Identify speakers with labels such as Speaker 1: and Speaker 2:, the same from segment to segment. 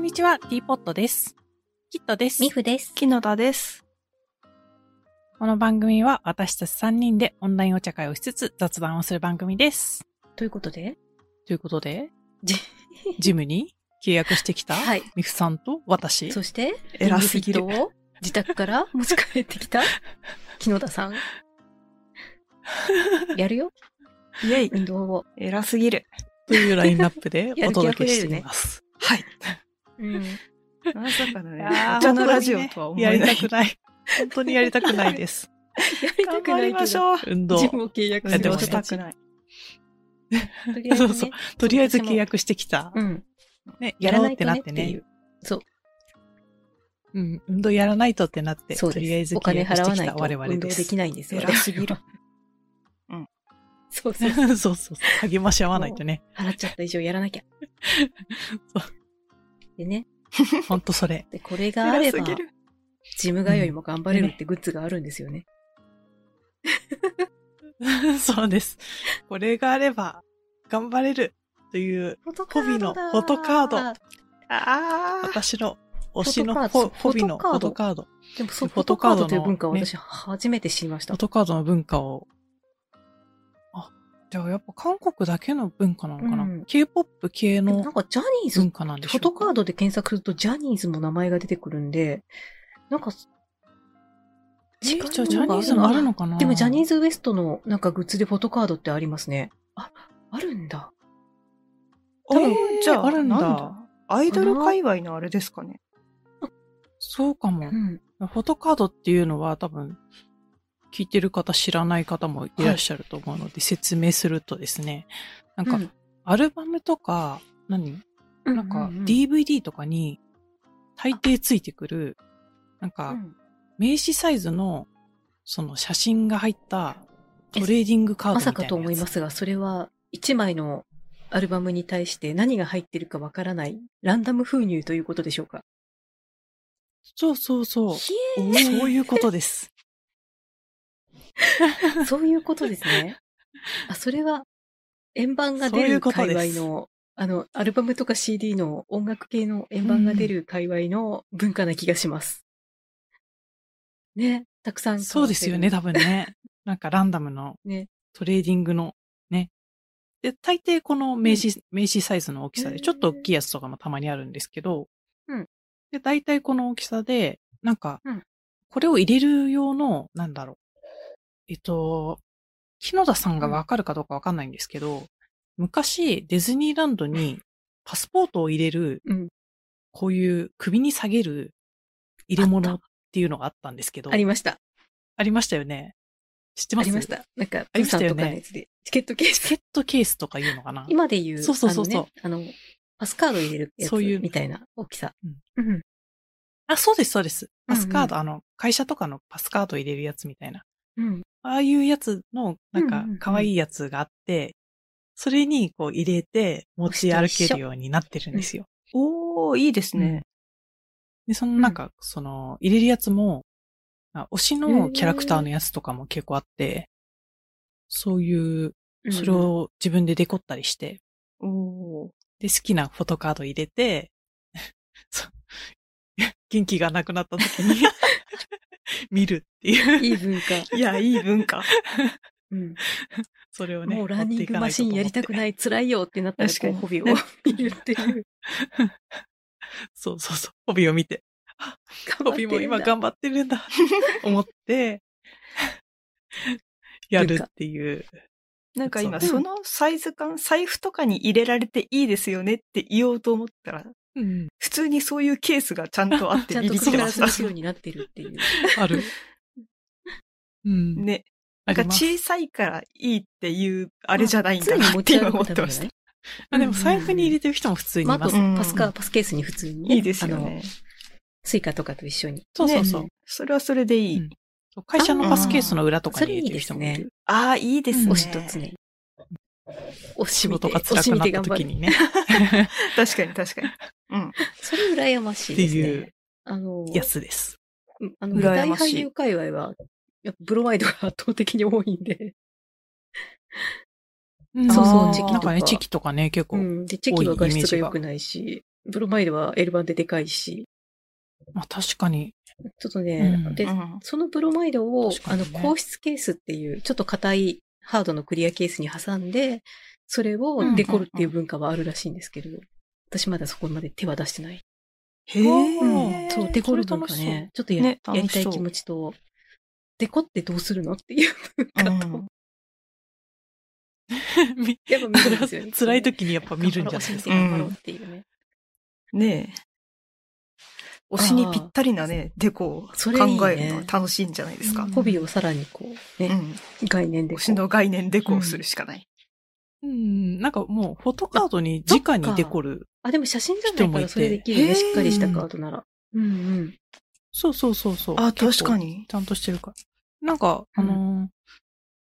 Speaker 1: にちは、ティーポットです。キットです。
Speaker 2: ミフです。
Speaker 3: 木野田です。
Speaker 1: この番組は私たち3人でオンラインお茶会をしつつ雑談をする番組です。
Speaker 2: ということで、
Speaker 1: ということで
Speaker 2: じ、
Speaker 1: ジムに契約してきた、
Speaker 2: はい
Speaker 1: ミフさんと私。
Speaker 2: そして、
Speaker 3: 偉すぎる
Speaker 2: リングフィットを自宅から持ち帰ってきた、木野田さん。やるよ、
Speaker 3: イェイ。
Speaker 2: 運動を。
Speaker 3: 偉すぎる。
Speaker 1: というラインナップでお
Speaker 3: やる気
Speaker 1: 届け
Speaker 3: あふれ
Speaker 1: して
Speaker 3: るね
Speaker 1: います。はい。
Speaker 2: うん。
Speaker 3: まさかのね、
Speaker 1: あー
Speaker 3: お茶のラジオとは思
Speaker 1: や
Speaker 3: え
Speaker 1: り
Speaker 3: な
Speaker 1: た
Speaker 3: い。
Speaker 1: くない。本当にやりたくないです。
Speaker 2: やりたくないけど。う。
Speaker 3: ょう。
Speaker 1: 運動。
Speaker 2: を契約
Speaker 1: やってま
Speaker 3: ま
Speaker 1: し
Speaker 3: したた
Speaker 2: 人ち。
Speaker 3: くない。
Speaker 2: とりあえずね
Speaker 1: そうそうとりあえず契約してきた。
Speaker 2: うん。
Speaker 1: ね、やろうってな
Speaker 2: ら
Speaker 1: って
Speaker 2: と
Speaker 1: ね
Speaker 2: い。う。そう。
Speaker 1: うん、運動やらないとってなって、
Speaker 2: そう
Speaker 1: とりあえ
Speaker 2: で
Speaker 1: ず
Speaker 2: す。お金
Speaker 1: 契約し
Speaker 2: 払
Speaker 1: て
Speaker 2: わ
Speaker 1: き
Speaker 2: ない
Speaker 1: た
Speaker 2: と
Speaker 1: 我々
Speaker 2: 運動
Speaker 1: で
Speaker 2: ですき。ないんですよ。
Speaker 3: 偉すぎる。うん。
Speaker 2: そうそ う。
Speaker 1: そうそうそう。励まし合わないとね。
Speaker 2: 払っちゃった以上やら なきゃ。でね。
Speaker 1: ほんとそれ。
Speaker 2: で、これがあ
Speaker 3: 偉
Speaker 2: れ
Speaker 3: す
Speaker 2: ば、
Speaker 3: ぎる。
Speaker 2: ジム通いも頑張れるってグッズがあるんですよね。
Speaker 1: そうです。これがあれば、頑張れるという、
Speaker 2: フォト
Speaker 1: ホビのフォトカード。
Speaker 3: ああ。
Speaker 1: 私の推しの
Speaker 2: フォトカード
Speaker 1: ホホビのフ
Speaker 2: フ
Speaker 1: ォ
Speaker 2: ォ
Speaker 1: ト
Speaker 2: ト
Speaker 1: カード。
Speaker 2: でも、そう
Speaker 1: フ
Speaker 2: フ
Speaker 1: ォト
Speaker 2: ォト
Speaker 1: カ
Speaker 2: カ
Speaker 1: ー
Speaker 2: ー
Speaker 1: ドの
Speaker 2: ドという文化を
Speaker 1: ね
Speaker 2: 私初めて知りまし
Speaker 1: フ
Speaker 2: た。
Speaker 1: ォトカードの文化を。あ、じゃあやっぱ韓国だけの文化なのかな、
Speaker 2: うん
Speaker 1: ?K-POP 系
Speaker 2: でもなん
Speaker 1: の
Speaker 2: かジャニーズ、
Speaker 1: 文化なんでし
Speaker 2: フ
Speaker 1: ょ
Speaker 2: ォ
Speaker 1: うか
Speaker 2: トカードで検索するとジャニーズも名前が出てくるんで、なんか、
Speaker 1: えー
Speaker 2: 近い
Speaker 1: じゃあジャニーズもあるのかな
Speaker 2: でもジャニーズ WEST のなんかグッズでフォトカードってありますね。あ、あるんだ。
Speaker 1: 多分
Speaker 3: えー
Speaker 1: じゃああるんだ
Speaker 3: なアイドル界隈のあれですかね。
Speaker 1: そうかも
Speaker 2: う。ん。
Speaker 1: フォトカードっていうのは多分、聞いてる方知らない方もいらっしゃると思うので、説明するとですね、なんか、アルバムとか、何
Speaker 2: うん、
Speaker 1: なんか
Speaker 2: う、う
Speaker 1: DVD とかに、大抵ついてくる、なんか、名刺サイズの、その写真が入った、トレーディングカード
Speaker 2: ま
Speaker 1: みたいなやつ。
Speaker 2: さかと思いますが、それは1枚のアルバムに対して何が入ってるかわからないランダム封入ということでしょうか。
Speaker 1: そうそうそう。
Speaker 2: ひ
Speaker 1: そういうことです。
Speaker 2: え そういうことですね。あ、それは、円盤が
Speaker 1: そう
Speaker 2: 出
Speaker 1: いう
Speaker 2: る
Speaker 1: こと
Speaker 2: 界
Speaker 1: で
Speaker 2: 隈
Speaker 1: す
Speaker 2: の、あの、アルバムとか CD の音楽系の円盤が出る界隈の文化な気がします。ね、たくさん。
Speaker 1: そうですよね、。多分ね。なんかランダムの
Speaker 2: ね
Speaker 1: トレーディングのね。で、大抵この名刺、名刺サイズの大きさで、
Speaker 2: うん
Speaker 1: ちょっと大きいやつとかもたまにあるんですけど、
Speaker 2: うん
Speaker 1: で、大体この大きさで、なんか
Speaker 2: うん、
Speaker 1: これを入れる用の、なんだろう。えっと、木野田さんがわかるかどうかわかんないんですけど、昔ディズニーランドにパスポートを入れる、
Speaker 2: うん
Speaker 1: こういう首に下げる入れ物っていうのがあったんですけど、
Speaker 2: ありました。
Speaker 1: ありましたよね。知って
Speaker 2: あ
Speaker 1: ます
Speaker 2: りまし。た。なんか、
Speaker 1: ありましたよね
Speaker 2: プーさんとかのやつで、チケットケー
Speaker 1: チ
Speaker 2: ス。
Speaker 1: ケットケースとかいうのかな
Speaker 2: 今で言う、
Speaker 1: そうそうそうそう
Speaker 2: あのね、あのパスカード入れるやつ
Speaker 1: そういう
Speaker 2: みたいな大きさ。
Speaker 1: うん
Speaker 2: うん。
Speaker 1: あ、そうです、そうです。パスカード、
Speaker 2: う
Speaker 1: あの、会社とかのパスカード入れるやつみたいな。
Speaker 2: うん。
Speaker 1: ああいうやつの、なん
Speaker 2: う
Speaker 1: か
Speaker 2: んうんうん、
Speaker 1: 可愛いやつがあって、それにこう入れて持ち歩けるようになってるんですよ。
Speaker 3: おー、いいですね。
Speaker 1: で、そのなんか、その、入れるやつも、あ推しのキャラクターのやつとかも結構あって、そういう、
Speaker 2: うん
Speaker 1: それを自分でデコったりして、
Speaker 3: おー。
Speaker 1: で、好きなフォトカード入れて、 そう元気がなくなった時に、 見るっていう。
Speaker 2: いい文化。
Speaker 3: いや、いい文化。
Speaker 2: うん。
Speaker 1: それを ね、
Speaker 2: もうランニングマシンやりたく
Speaker 1: い。
Speaker 2: ない、辛いよってなったら、
Speaker 3: 確か
Speaker 2: こ
Speaker 3: に
Speaker 2: う、ホビーを見るっていう。
Speaker 1: そうそうそう。ホビーを見て。 ホビーも今頑張ってるんだ。思 って、やるっていう。
Speaker 3: なんか今、
Speaker 1: そう
Speaker 3: そのサイズ感、財布とかに入れられていいですよねって言おうと思ったら、
Speaker 1: うん。
Speaker 3: 普通にそういうケースがちゃんとあっ
Speaker 2: ち
Speaker 3: て
Speaker 2: ゃん
Speaker 3: ビ
Speaker 2: と
Speaker 3: ビっ
Speaker 2: 首
Speaker 3: て
Speaker 2: か
Speaker 3: ま
Speaker 2: ら
Speaker 3: した。
Speaker 2: するようになってるっ ていう。
Speaker 1: ある。うん。
Speaker 3: ね。
Speaker 1: あ
Speaker 3: なんか
Speaker 1: ります。
Speaker 3: 小さいからいいっていう、あれじゃないんだ
Speaker 2: ま
Speaker 3: な
Speaker 2: あ
Speaker 3: って今思
Speaker 2: 常
Speaker 3: ってま
Speaker 2: に持ち歩くため
Speaker 3: し
Speaker 2: じゃ
Speaker 3: た
Speaker 2: ない。
Speaker 1: あでも財布に入れてる人も普通にい
Speaker 2: まあ、あ
Speaker 1: ま
Speaker 2: と、
Speaker 1: す。
Speaker 3: うん
Speaker 2: パスカー、パスケースに普通に、
Speaker 3: いいですよ。ね。
Speaker 2: スイカとかと一緒に。
Speaker 1: そうそうそう
Speaker 3: ねそれはそれでいい。
Speaker 1: うんそう。会社のパスケースの裏とか
Speaker 2: そ
Speaker 1: に
Speaker 2: れい
Speaker 1: 入れてる
Speaker 2: いで
Speaker 1: 人
Speaker 2: す
Speaker 1: もい
Speaker 2: ね
Speaker 1: る。。
Speaker 3: ああ、いいです
Speaker 1: うん
Speaker 3: ね。
Speaker 2: 推しと常に。推
Speaker 1: 仕
Speaker 2: し見
Speaker 1: 事
Speaker 2: て
Speaker 1: が辛くなった時。にね。
Speaker 3: 確かに確かに。うん。
Speaker 2: 推し見て頑張るそれ羨ましいです
Speaker 1: っていう
Speaker 2: ね。あの、
Speaker 1: やつです。
Speaker 2: うんあの、舞
Speaker 3: 羨
Speaker 2: 台
Speaker 3: ましい
Speaker 2: 俳優界隈は、やっぱブロワイドが圧倒的に多いんで。
Speaker 1: うん
Speaker 2: そう
Speaker 3: そう
Speaker 1: あー
Speaker 3: チェキと
Speaker 1: な
Speaker 3: か
Speaker 1: んかね、チェキとかね、結
Speaker 2: う
Speaker 1: 構
Speaker 2: ん。で、チェキは画質が良くないし、ブロマイドは L 版ででかいし、
Speaker 1: まあ確かに。
Speaker 2: ちょっとね、
Speaker 1: うん
Speaker 2: で
Speaker 3: う、ん
Speaker 2: そのブロマイドを、
Speaker 1: 確か
Speaker 2: あ
Speaker 1: に
Speaker 2: の、
Speaker 1: ね
Speaker 2: 硬質ケースっていう、ちょっと硬いハードのクリアケースに挟んで、それ
Speaker 3: うんうんう
Speaker 2: を
Speaker 3: ん
Speaker 2: デコるっていう文化はあるらしいんですけど、私まだそこまで手は出してない。
Speaker 3: へ
Speaker 1: うん
Speaker 3: え。
Speaker 1: へー
Speaker 2: そう、デコる文化
Speaker 1: それ楽しそ
Speaker 2: ね、ちょっとや,、
Speaker 3: ね
Speaker 2: やりた
Speaker 3: 楽し
Speaker 2: い
Speaker 3: そう
Speaker 2: 気持ちと、デコってどうするのっていう文化と、
Speaker 3: うん
Speaker 1: み
Speaker 2: やっぱ見るんですよね。
Speaker 1: 辛い時にやっぱ見るんじゃない
Speaker 2: で
Speaker 1: ですす
Speaker 2: か。
Speaker 1: か。
Speaker 2: 頑張ろうっていうね。
Speaker 3: ねえ。推しにぴったりなね、デコを
Speaker 2: そ
Speaker 3: 考
Speaker 2: れいいね
Speaker 3: えるのは楽しいんじゃないですか。
Speaker 2: ホビーをさらにこう、
Speaker 3: う
Speaker 2: ね、
Speaker 3: ん。
Speaker 2: 概念で
Speaker 3: 推
Speaker 2: こ
Speaker 3: し
Speaker 2: う。
Speaker 3: の概念デコをするしかない。
Speaker 1: うん、なんかもうフォトカードに直にデコる。
Speaker 2: あ、でも写真じゃないからそれできる
Speaker 3: 人も
Speaker 2: ね。
Speaker 3: いて
Speaker 2: しっかりしたカードなら。うんうん。
Speaker 1: そうそうそうそう。
Speaker 3: あ、
Speaker 1: 結構
Speaker 3: 確かに。
Speaker 1: ちゃんとしてるから。なんか、
Speaker 2: うん
Speaker 1: あのー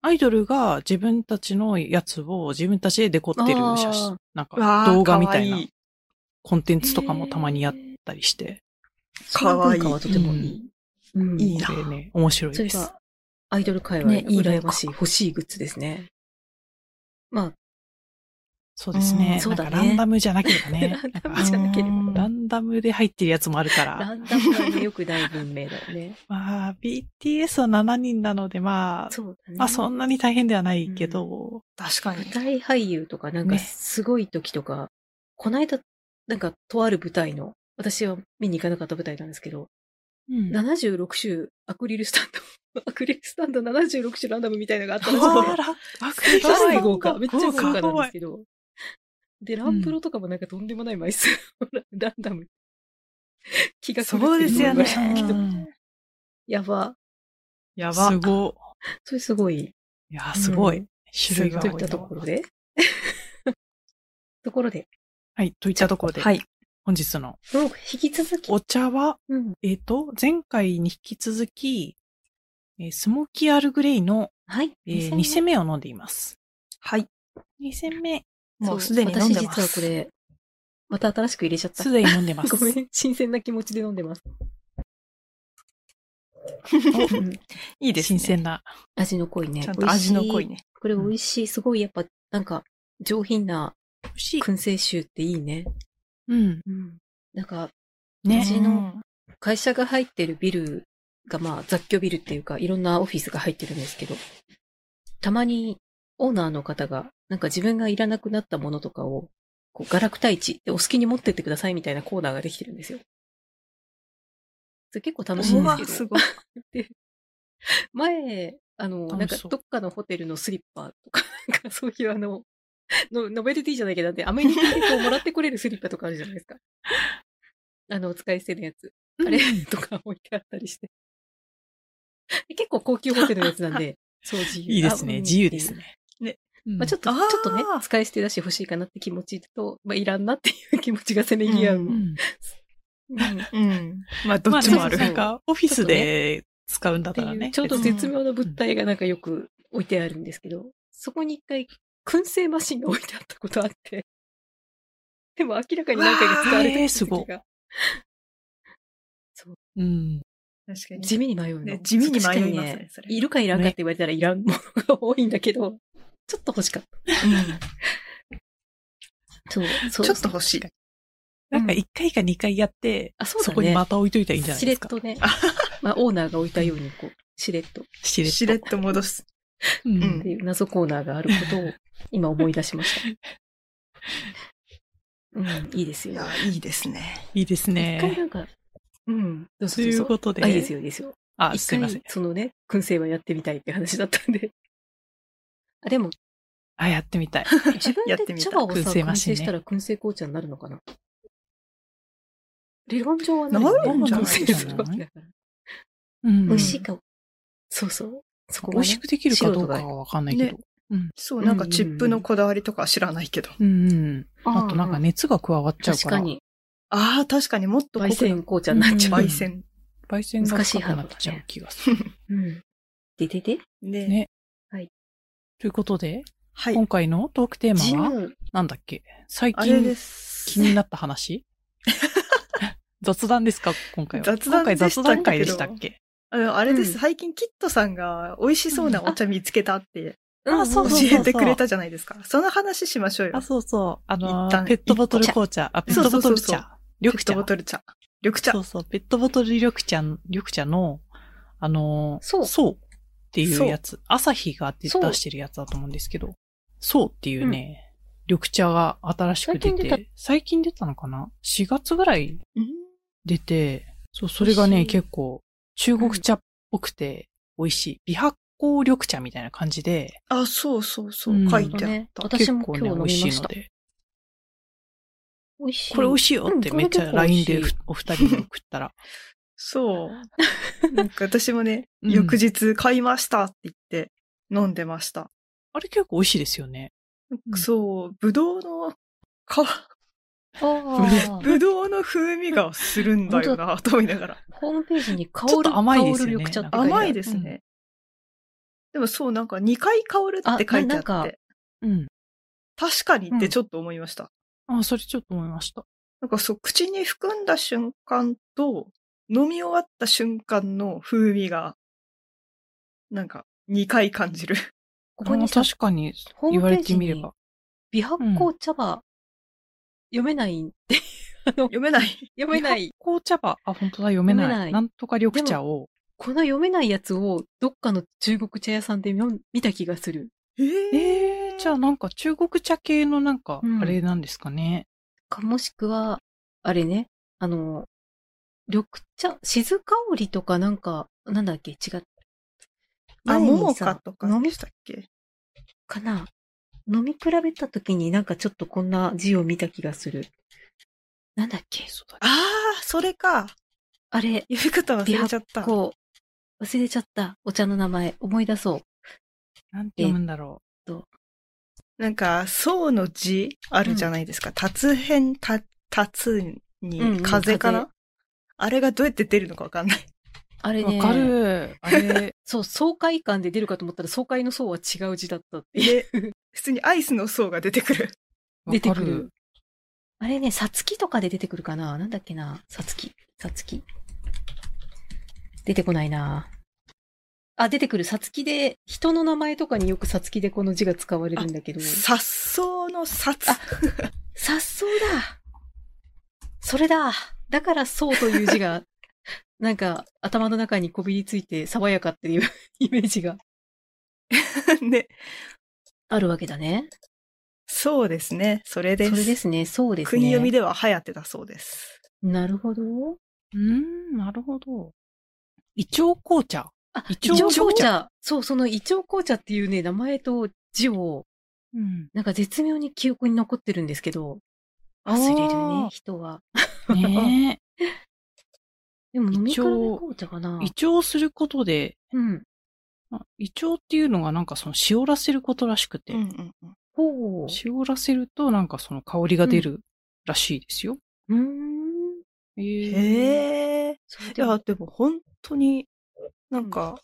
Speaker 1: アイドルが自分たちのやつを自分たちでデコってる写
Speaker 2: あー
Speaker 1: 真、なん
Speaker 3: わ
Speaker 1: か
Speaker 3: あ
Speaker 1: 動画みたい
Speaker 3: か
Speaker 1: な
Speaker 3: わいい
Speaker 1: コンテンツとかもたまにやったりして、
Speaker 2: かわいい。
Speaker 3: かわ
Speaker 2: は
Speaker 3: いい
Speaker 2: とてもいい。うん
Speaker 3: いいな
Speaker 1: それね、面白い
Speaker 2: それ
Speaker 1: です
Speaker 2: が。、アイドル界隈、
Speaker 3: ねいい
Speaker 2: 羨ましい、欲しいグッズですね。ま
Speaker 1: そうですね。
Speaker 3: うん
Speaker 2: そうだね
Speaker 1: なんかランダムじゃなければね
Speaker 2: ラン。ダ
Speaker 1: な
Speaker 2: ム
Speaker 1: ん
Speaker 2: じゃ
Speaker 1: か
Speaker 2: なければ
Speaker 3: うん
Speaker 1: ランダムで入ってるやつもあるか
Speaker 2: あ、ラ
Speaker 1: ら。
Speaker 2: ンダムはね、よくない文明だよね。
Speaker 1: まあ、BTS は7人なので、まあ、
Speaker 2: そうだね。
Speaker 1: まあそんなに大変ではないけど、
Speaker 3: 確かに
Speaker 2: 舞。台俳優とか、なんか
Speaker 1: ね
Speaker 2: すごい時とか、こないだ、なんかとある舞台の、私は見に行かなかった舞台なんですけど、
Speaker 1: うん
Speaker 2: 76種アクリルスタンド、 アクリルスタンド76種ランダムみたいなのがあったらしくて
Speaker 1: あら、アク
Speaker 2: め
Speaker 1: リ
Speaker 2: っ
Speaker 1: ル
Speaker 2: ちゃ
Speaker 1: スタンド
Speaker 2: 豪華。めっちゃ豪華なんですけど。で、ランプロとかもなんかとんでもない枚数、 ランダム。気が狂ってる
Speaker 3: そうですよね
Speaker 1: うん
Speaker 2: やば。
Speaker 1: や
Speaker 3: ば
Speaker 1: すご。
Speaker 2: それすごい。
Speaker 1: いや、すごい。
Speaker 2: うん
Speaker 1: 種類が
Speaker 2: と
Speaker 1: 多い
Speaker 2: いっ
Speaker 1: な
Speaker 2: たところで。 ところで、
Speaker 1: はい、といったところで、
Speaker 3: はい。
Speaker 1: 本日の
Speaker 2: もう引き続き、
Speaker 1: お茶は、
Speaker 2: うん
Speaker 1: えっ、と、前回に引き続き、えースモーキーアールグレイの、
Speaker 2: はい。
Speaker 1: えー、2戦目を飲んでいます。
Speaker 3: はい。
Speaker 1: 2戦目、
Speaker 2: そ
Speaker 3: もうすでに飲んでます。
Speaker 2: 私実はこれ、また新しく入れちゃった
Speaker 1: す。でに飲んでます。
Speaker 2: ごめん、新鮮な気持ちで飲んでます。うん
Speaker 3: いいです
Speaker 1: 新
Speaker 3: ね。
Speaker 1: 鮮な。
Speaker 2: 味の濃いね。
Speaker 3: ちゃんと味の濃いね。
Speaker 2: これ美味しい。すごい、やっぱ、なんか、上品な
Speaker 1: 美味しい。
Speaker 2: 燻製臭っていいね。
Speaker 1: うん。
Speaker 2: うん。なんか、
Speaker 1: ね。
Speaker 2: 味の会社が入ってるビルが、まあ、雑居ビルっていうか、いろんなオフィスが入ってるんですけど、たまに、オーナーの方が、なんか自分がいらなくなったものとかを、こう、ガラクタ市でお好きに持ってってくださいみたいなコーナーができてるんですよ。それ結構
Speaker 3: う
Speaker 2: 楽しいん
Speaker 3: ん。う
Speaker 2: です
Speaker 3: わ
Speaker 2: けど。
Speaker 3: すごい。
Speaker 2: 前、あの、
Speaker 1: 楽し
Speaker 2: なんか
Speaker 1: そう
Speaker 2: どっかのホテルのスリッパとか、なんかそういうあの、のノベルティじゃないけど、だってアメニティでこうもらってこれるスリッパとかあるじゃないですか。あの、お使い捨てのやつ。あれ とか置いてあったりして。結構高級ホテルのやつなんで、そう自由。
Speaker 1: いいですね。
Speaker 2: あ
Speaker 1: 自由です。ね。
Speaker 3: ね
Speaker 1: うん。
Speaker 2: まあ、ちょっと、
Speaker 3: あ
Speaker 2: ち
Speaker 3: ー
Speaker 2: ょっとね、使い捨てだし欲しいかなって気持ちと、まあ、いらんなっていう気持ちがせめぎ合う。
Speaker 3: うん
Speaker 1: うん
Speaker 2: うん
Speaker 3: うん。まあ、ど
Speaker 1: ま
Speaker 3: っ
Speaker 1: あ
Speaker 3: ち
Speaker 1: で
Speaker 3: も
Speaker 1: も
Speaker 3: あ
Speaker 1: あ
Speaker 3: る。
Speaker 1: る。
Speaker 2: そ
Speaker 1: なん
Speaker 2: うそう
Speaker 1: か、オフィスで使うんだったらね。
Speaker 2: ちょうど
Speaker 1: 別に
Speaker 2: 絶妙な物体がなんかよく置いてあるんですけど、そこに一回燻製マシンが置いてあったことあって、でも明らかに何回か使わ
Speaker 1: うわー
Speaker 2: れて
Speaker 1: え
Speaker 2: る
Speaker 1: ーすごい
Speaker 2: 時が
Speaker 1: うん。
Speaker 3: 確か
Speaker 2: 地味に迷うの、
Speaker 3: ね地味に迷いますね
Speaker 2: 確かに
Speaker 3: それ
Speaker 2: いるかいらんかって言われたらいらんものが多いんだけど、ちょっと欲しかっ
Speaker 3: う
Speaker 2: た。そう、そ
Speaker 3: ん。ちょっと欲しい。
Speaker 1: なんか、1回か2回やって、
Speaker 2: あそうだね
Speaker 1: そこにまた置いといたらいいんじゃない
Speaker 2: し
Speaker 1: で
Speaker 2: れ
Speaker 1: す
Speaker 2: っ
Speaker 1: か。
Speaker 2: と ね、まあオーナーが置いたようにこう、しれっとっ
Speaker 1: しれっと。
Speaker 3: しれっと戻す。
Speaker 1: うん
Speaker 3: うん
Speaker 2: ていう謎コーナーがあることを今思い出しま した。うん、いいです
Speaker 3: い
Speaker 2: よ。
Speaker 3: や、いいですね。
Speaker 1: いいです
Speaker 2: 一回な
Speaker 1: ね。
Speaker 2: んか、うん、どう
Speaker 1: と
Speaker 2: ぞどう
Speaker 1: いう
Speaker 2: ぞ
Speaker 1: ことで。
Speaker 2: あ、いいですよ、いいですよ。
Speaker 1: あ、
Speaker 2: 一
Speaker 1: すいません
Speaker 2: 回、。そのね、燻製はやってみたいって話だったんで。あ、でも、
Speaker 1: あ、やってみたい。
Speaker 2: 自分
Speaker 3: やって
Speaker 2: で
Speaker 3: み
Speaker 2: 茶
Speaker 3: た
Speaker 2: 葉を
Speaker 1: 燻
Speaker 2: さ、
Speaker 1: 製
Speaker 2: 燻
Speaker 1: マシン
Speaker 2: 製
Speaker 1: ね
Speaker 2: したら燻製紅茶になるのかな理論上は
Speaker 3: なるんじゃない
Speaker 2: 燻製するわけだから。
Speaker 1: うん
Speaker 2: 美味しいか、そうそう。そこ
Speaker 1: 美
Speaker 2: が、ね、
Speaker 1: 味しくできるかどうかはわかんないけど。
Speaker 3: そう、なんかチップのこだわりとかは知らないけど。
Speaker 1: うんうん。
Speaker 2: あ
Speaker 1: あとなんか、熱が加わっちゃう
Speaker 2: 確
Speaker 1: か。
Speaker 2: からに、
Speaker 3: ああ、確かにもっと濃
Speaker 2: 焙
Speaker 3: くな
Speaker 2: 煎紅茶になっちゃう。
Speaker 1: うん
Speaker 3: 焙煎。
Speaker 1: 焙煎が
Speaker 2: 難しい
Speaker 1: 深くなっちゃう気がする。
Speaker 2: うん。ででで
Speaker 3: ね
Speaker 1: ね
Speaker 2: はい
Speaker 1: ということで、
Speaker 3: はい。
Speaker 1: 今回のトークテ
Speaker 2: ジ
Speaker 1: ーマは、
Speaker 2: ム、
Speaker 1: なんだっけ最
Speaker 3: あれで
Speaker 1: 近
Speaker 3: す
Speaker 1: 気。になった話 雑談ですか今回は。
Speaker 3: 雑談
Speaker 1: 今回
Speaker 3: でしたけど
Speaker 1: 雑談会でしたっけ
Speaker 3: あのあれです、
Speaker 2: うん
Speaker 3: 最近キットさんが美味しそうなお茶見つけたって
Speaker 1: あそう
Speaker 3: 教
Speaker 1: そう
Speaker 3: えてくれたじゃないですか。その話しましょうよ
Speaker 1: あ、。そうそう。あの
Speaker 3: 一
Speaker 1: ー、
Speaker 3: 旦
Speaker 1: ペットボトル紅茶。あ、ペットボトル茶。
Speaker 3: ペ
Speaker 1: 緑
Speaker 3: ット
Speaker 1: 茶
Speaker 3: ボ。トル茶。緑茶
Speaker 1: そ。うそう、ペットボトル緑茶、緑茶の、あのー、
Speaker 2: そう
Speaker 1: そうっていうやつ。朝日が出出
Speaker 2: そう
Speaker 1: してるやつだと思うんですけど、そうっていうね、緑茶が新しく出
Speaker 2: 最近出
Speaker 1: て、最近出たのかな ?4 月ぐらい
Speaker 2: うん
Speaker 1: 出て、そう、それがね、
Speaker 2: 美味しい
Speaker 1: 結構、中国茶っぽくて、美味しい。美発酵緑茶みたいな感じで、
Speaker 3: あ、そうそうそうう。
Speaker 1: ん
Speaker 3: 書いてあ
Speaker 2: ね
Speaker 3: っ、た。
Speaker 2: 私も
Speaker 1: 結構
Speaker 2: 今日飲
Speaker 1: 美味
Speaker 2: み
Speaker 1: し
Speaker 2: ま
Speaker 1: い
Speaker 2: し
Speaker 1: の
Speaker 2: た。
Speaker 1: で、
Speaker 2: 美味しい。
Speaker 1: これ美味しいよって
Speaker 2: うん
Speaker 1: めっちゃ
Speaker 2: これ
Speaker 1: LINE
Speaker 2: 結構美
Speaker 1: で
Speaker 2: 味しい
Speaker 1: お二人に送ったら、
Speaker 3: そう。なんか私もね、
Speaker 1: うん
Speaker 3: 翌日買いましたって言って飲んでました。
Speaker 1: あれ結構美味しいですよね。うん
Speaker 3: そう、ぶどうの 皮、
Speaker 2: ああ。
Speaker 3: ぶどうの風味がするんだよな、と思いながら。
Speaker 2: ホームページに香
Speaker 1: ちょっ
Speaker 2: る、
Speaker 1: と甘いですよね
Speaker 2: 香る緑茶って書いてある
Speaker 3: 甘いですね。でもそう、なんか2回香るって書いてあ
Speaker 2: あな
Speaker 3: っ
Speaker 2: ん
Speaker 3: て、
Speaker 1: うん。
Speaker 3: 確かにってちょっと思いました。
Speaker 1: あ、それちょっと思いました。
Speaker 3: なんかそう、口に含んだ瞬間と、飲み終わった瞬間の風味が、なんか、2回感じる。
Speaker 2: ここにさ
Speaker 1: あー確かに
Speaker 2: ホー
Speaker 1: 言わ
Speaker 2: ムペ
Speaker 1: れ
Speaker 2: ー
Speaker 1: て
Speaker 2: ジ
Speaker 1: みれ
Speaker 2: に
Speaker 1: ば。
Speaker 2: 美発酵茶葉、読めない、
Speaker 3: 読めない。
Speaker 2: 読めない。
Speaker 1: 紅茶葉、あ、本当だ、読めない。
Speaker 2: 読めない
Speaker 1: なんとか緑茶を、
Speaker 2: この読めないやつを、どっかの中国茶屋さんで見見た気がする。
Speaker 3: え
Speaker 1: えー、じゃあなんか中国茶系のなんか
Speaker 2: う、ん
Speaker 1: あれなんですかね。
Speaker 2: か、もしくは、あれね、あの、緑茶、静香りとかなんか、なんだっけ、違う。前
Speaker 3: あ、も
Speaker 2: に
Speaker 3: も
Speaker 2: さ
Speaker 3: かとか
Speaker 2: 飲
Speaker 3: で
Speaker 2: み
Speaker 3: したっけ
Speaker 2: かな飲み比べた時になんかちょっとこんな字を見た気がする。なんだっけ
Speaker 3: ああ、それか。
Speaker 2: あれ、
Speaker 3: 読み方忘れちゃった。
Speaker 2: こう、忘れちゃった。お茶の名前、思い出そう。
Speaker 1: なんて読むんだろ
Speaker 3: なんか、層の字あるじゃないですか。達変、た、たつ
Speaker 2: うんう
Speaker 3: に、
Speaker 2: ん
Speaker 3: 風かな、
Speaker 2: 風
Speaker 3: あれがどうやって出るのかわかんない。
Speaker 2: あ
Speaker 1: う。
Speaker 2: れ
Speaker 1: わ、
Speaker 2: ね。
Speaker 1: かる。あれ、
Speaker 2: そう、爽快感で出るかと思ったら、爽快の層は違う字だったっていう。
Speaker 3: で、普通にアイスの層が出てくる。
Speaker 2: 出
Speaker 1: わか
Speaker 2: てくる
Speaker 1: る。。
Speaker 2: あれね、さつきとかで出てくるかななんだっけなさつき。さつき。出てこないな。あ、出てくる。さつきで、人の名前とかによくさつきでこの字が使われるんだけど。
Speaker 3: 殺草の殺。
Speaker 2: あさっそうだそれだだから、そうという字が、 なんか、頭の中にこびりついて、爽やかっていうイメージが
Speaker 3: ね。
Speaker 2: あるわけだね。
Speaker 3: そうですね。それです。
Speaker 2: それですね。そうですね。
Speaker 3: 国読みでは流行ってたそうです。
Speaker 2: なるほど。
Speaker 1: うーん、なるほど。イチョウ紅茶。
Speaker 2: あ、
Speaker 1: イ
Speaker 2: イ
Speaker 1: チ
Speaker 2: チ
Speaker 1: ョウ
Speaker 2: ョウ紅茶。そう、そのイチョウ紅茶っていうね、名前と字を、
Speaker 1: うん。
Speaker 2: なんか絶妙に記憶に残ってるんですけど、
Speaker 1: ー
Speaker 2: 忘れるね、人は。
Speaker 1: ね
Speaker 2: でも飲み
Speaker 1: イ
Speaker 2: 比べ
Speaker 1: チョウ
Speaker 2: 紅茶かな
Speaker 1: え。。イチョウすることで、
Speaker 2: うん。
Speaker 1: あイチョウっていうのがなんかその、しおらせることらしくて、
Speaker 3: うんうんうん
Speaker 2: ほう。
Speaker 1: しおらせるとなんかその香りが出るらしいですよ。
Speaker 2: うーん。
Speaker 1: ええ
Speaker 3: へえ。
Speaker 2: それ
Speaker 3: い
Speaker 2: で
Speaker 3: や、でも本当に、なんか、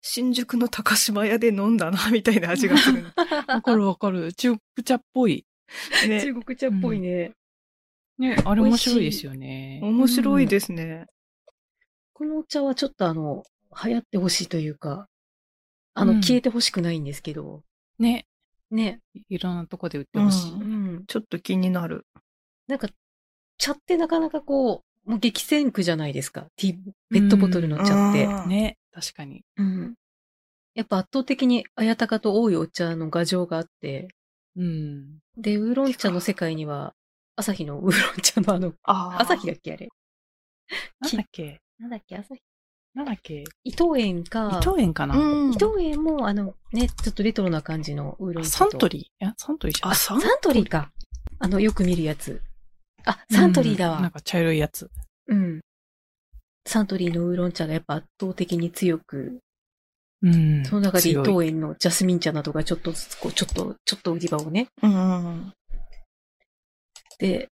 Speaker 3: 新宿の高島屋で飲んだな、みたいな味が する。
Speaker 1: わかるわかる。中国茶っぽい。
Speaker 3: ね。
Speaker 2: 中国茶っぽいね。
Speaker 1: ね、あれ面白い
Speaker 2: 美
Speaker 1: で
Speaker 2: 味しい
Speaker 1: すよね。
Speaker 3: 面白いですね。
Speaker 2: このお茶はちょっとあの、流行ってほしいというか、あ
Speaker 1: う
Speaker 2: の、
Speaker 1: ん
Speaker 2: 消えてほしくないんですけど、
Speaker 1: ね、
Speaker 2: ね。
Speaker 1: いろんなとこで売ってほしい。
Speaker 3: うん
Speaker 2: ん。
Speaker 3: ちょっと気になる。
Speaker 2: なんか、茶ってなかなかこう、もう激戦区じゃないですか。ティー、ペットボトルの茶って。
Speaker 3: あー
Speaker 1: ね、確かに。
Speaker 2: うん。やっぱ圧倒的に綾鷹と多いお茶の牙城があって、
Speaker 1: うん。
Speaker 2: で、ウーロン茶の世界には、朝日のウーロン茶のあの、
Speaker 3: あー
Speaker 2: 朝日だっけあれ。
Speaker 1: なんだっけ
Speaker 2: なんだっけ朝日。
Speaker 1: なんだっけ伊
Speaker 2: 伊藤園か、
Speaker 1: 藤園かな、
Speaker 3: うん。
Speaker 2: 伊藤園もあの、ね、ちょっとレトロな感じのウーロン
Speaker 1: あ
Speaker 2: 茶と。
Speaker 1: サントリーいや、サントリーじゃ
Speaker 3: あ、
Speaker 1: ない
Speaker 3: さ
Speaker 2: サントリーか。あの、よく見るやつ。あ、サントリーだ
Speaker 1: うんなん
Speaker 2: わ。
Speaker 1: か茶色いやつ。
Speaker 2: うん。サントリーのウーロン茶がやっぱ圧倒的に強く、
Speaker 1: うん。
Speaker 2: その中で伊
Speaker 1: 強い
Speaker 2: 藤園のジャスミン茶などがちょっとずつ、こう、ちょっと、ちょっと売り場をね。
Speaker 3: うん。
Speaker 2: で、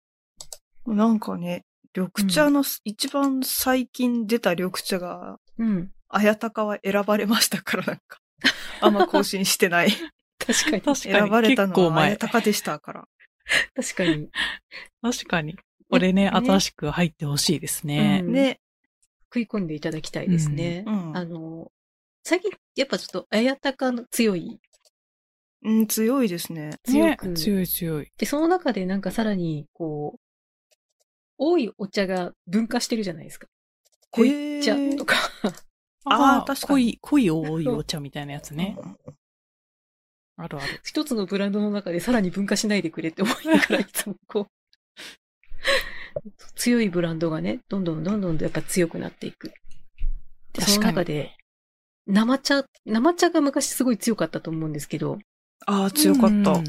Speaker 3: なんかね、緑茶の、一番最近出た緑茶が、
Speaker 2: うん。
Speaker 3: 綾鷹は選ばれましたから、なんか。あんま更新してない。
Speaker 2: 確かに。
Speaker 1: 確か
Speaker 3: 選
Speaker 1: に。
Speaker 3: ばれた
Speaker 1: 結
Speaker 3: の
Speaker 1: 構
Speaker 3: は綾
Speaker 1: 前。
Speaker 3: 鷹でしたから。
Speaker 2: 確かに。
Speaker 1: 確かに。これね、
Speaker 2: ね
Speaker 1: 新しく入ってほしいですね。
Speaker 2: うん
Speaker 3: ね。
Speaker 2: 食い込んでいただきたいですね。
Speaker 3: うん
Speaker 2: あの、最近、やっぱちょっと、綾鷹の強い、
Speaker 3: うん、強いですね。
Speaker 2: 強
Speaker 1: ね
Speaker 2: く、
Speaker 1: 強い強い。
Speaker 2: で、その中でなんかさらに、こう、多いお茶が分化してるじゃないですか。
Speaker 3: へ
Speaker 2: 濃
Speaker 3: ー
Speaker 2: い茶とか。
Speaker 3: あー
Speaker 1: ー
Speaker 3: 確か
Speaker 1: 濃
Speaker 3: に
Speaker 1: い、濃い多いお茶みたいなやつね。あるある。
Speaker 2: 一つのブランドの中でさらに分化しないでくれって思いながらいつも こう、強いブランドがね、どんどんどんどんやっぱ強くなっていく。で、その中で、生茶、生茶が昔すごい強かったと思うんですけど、
Speaker 3: ああ、強かった。
Speaker 1: うん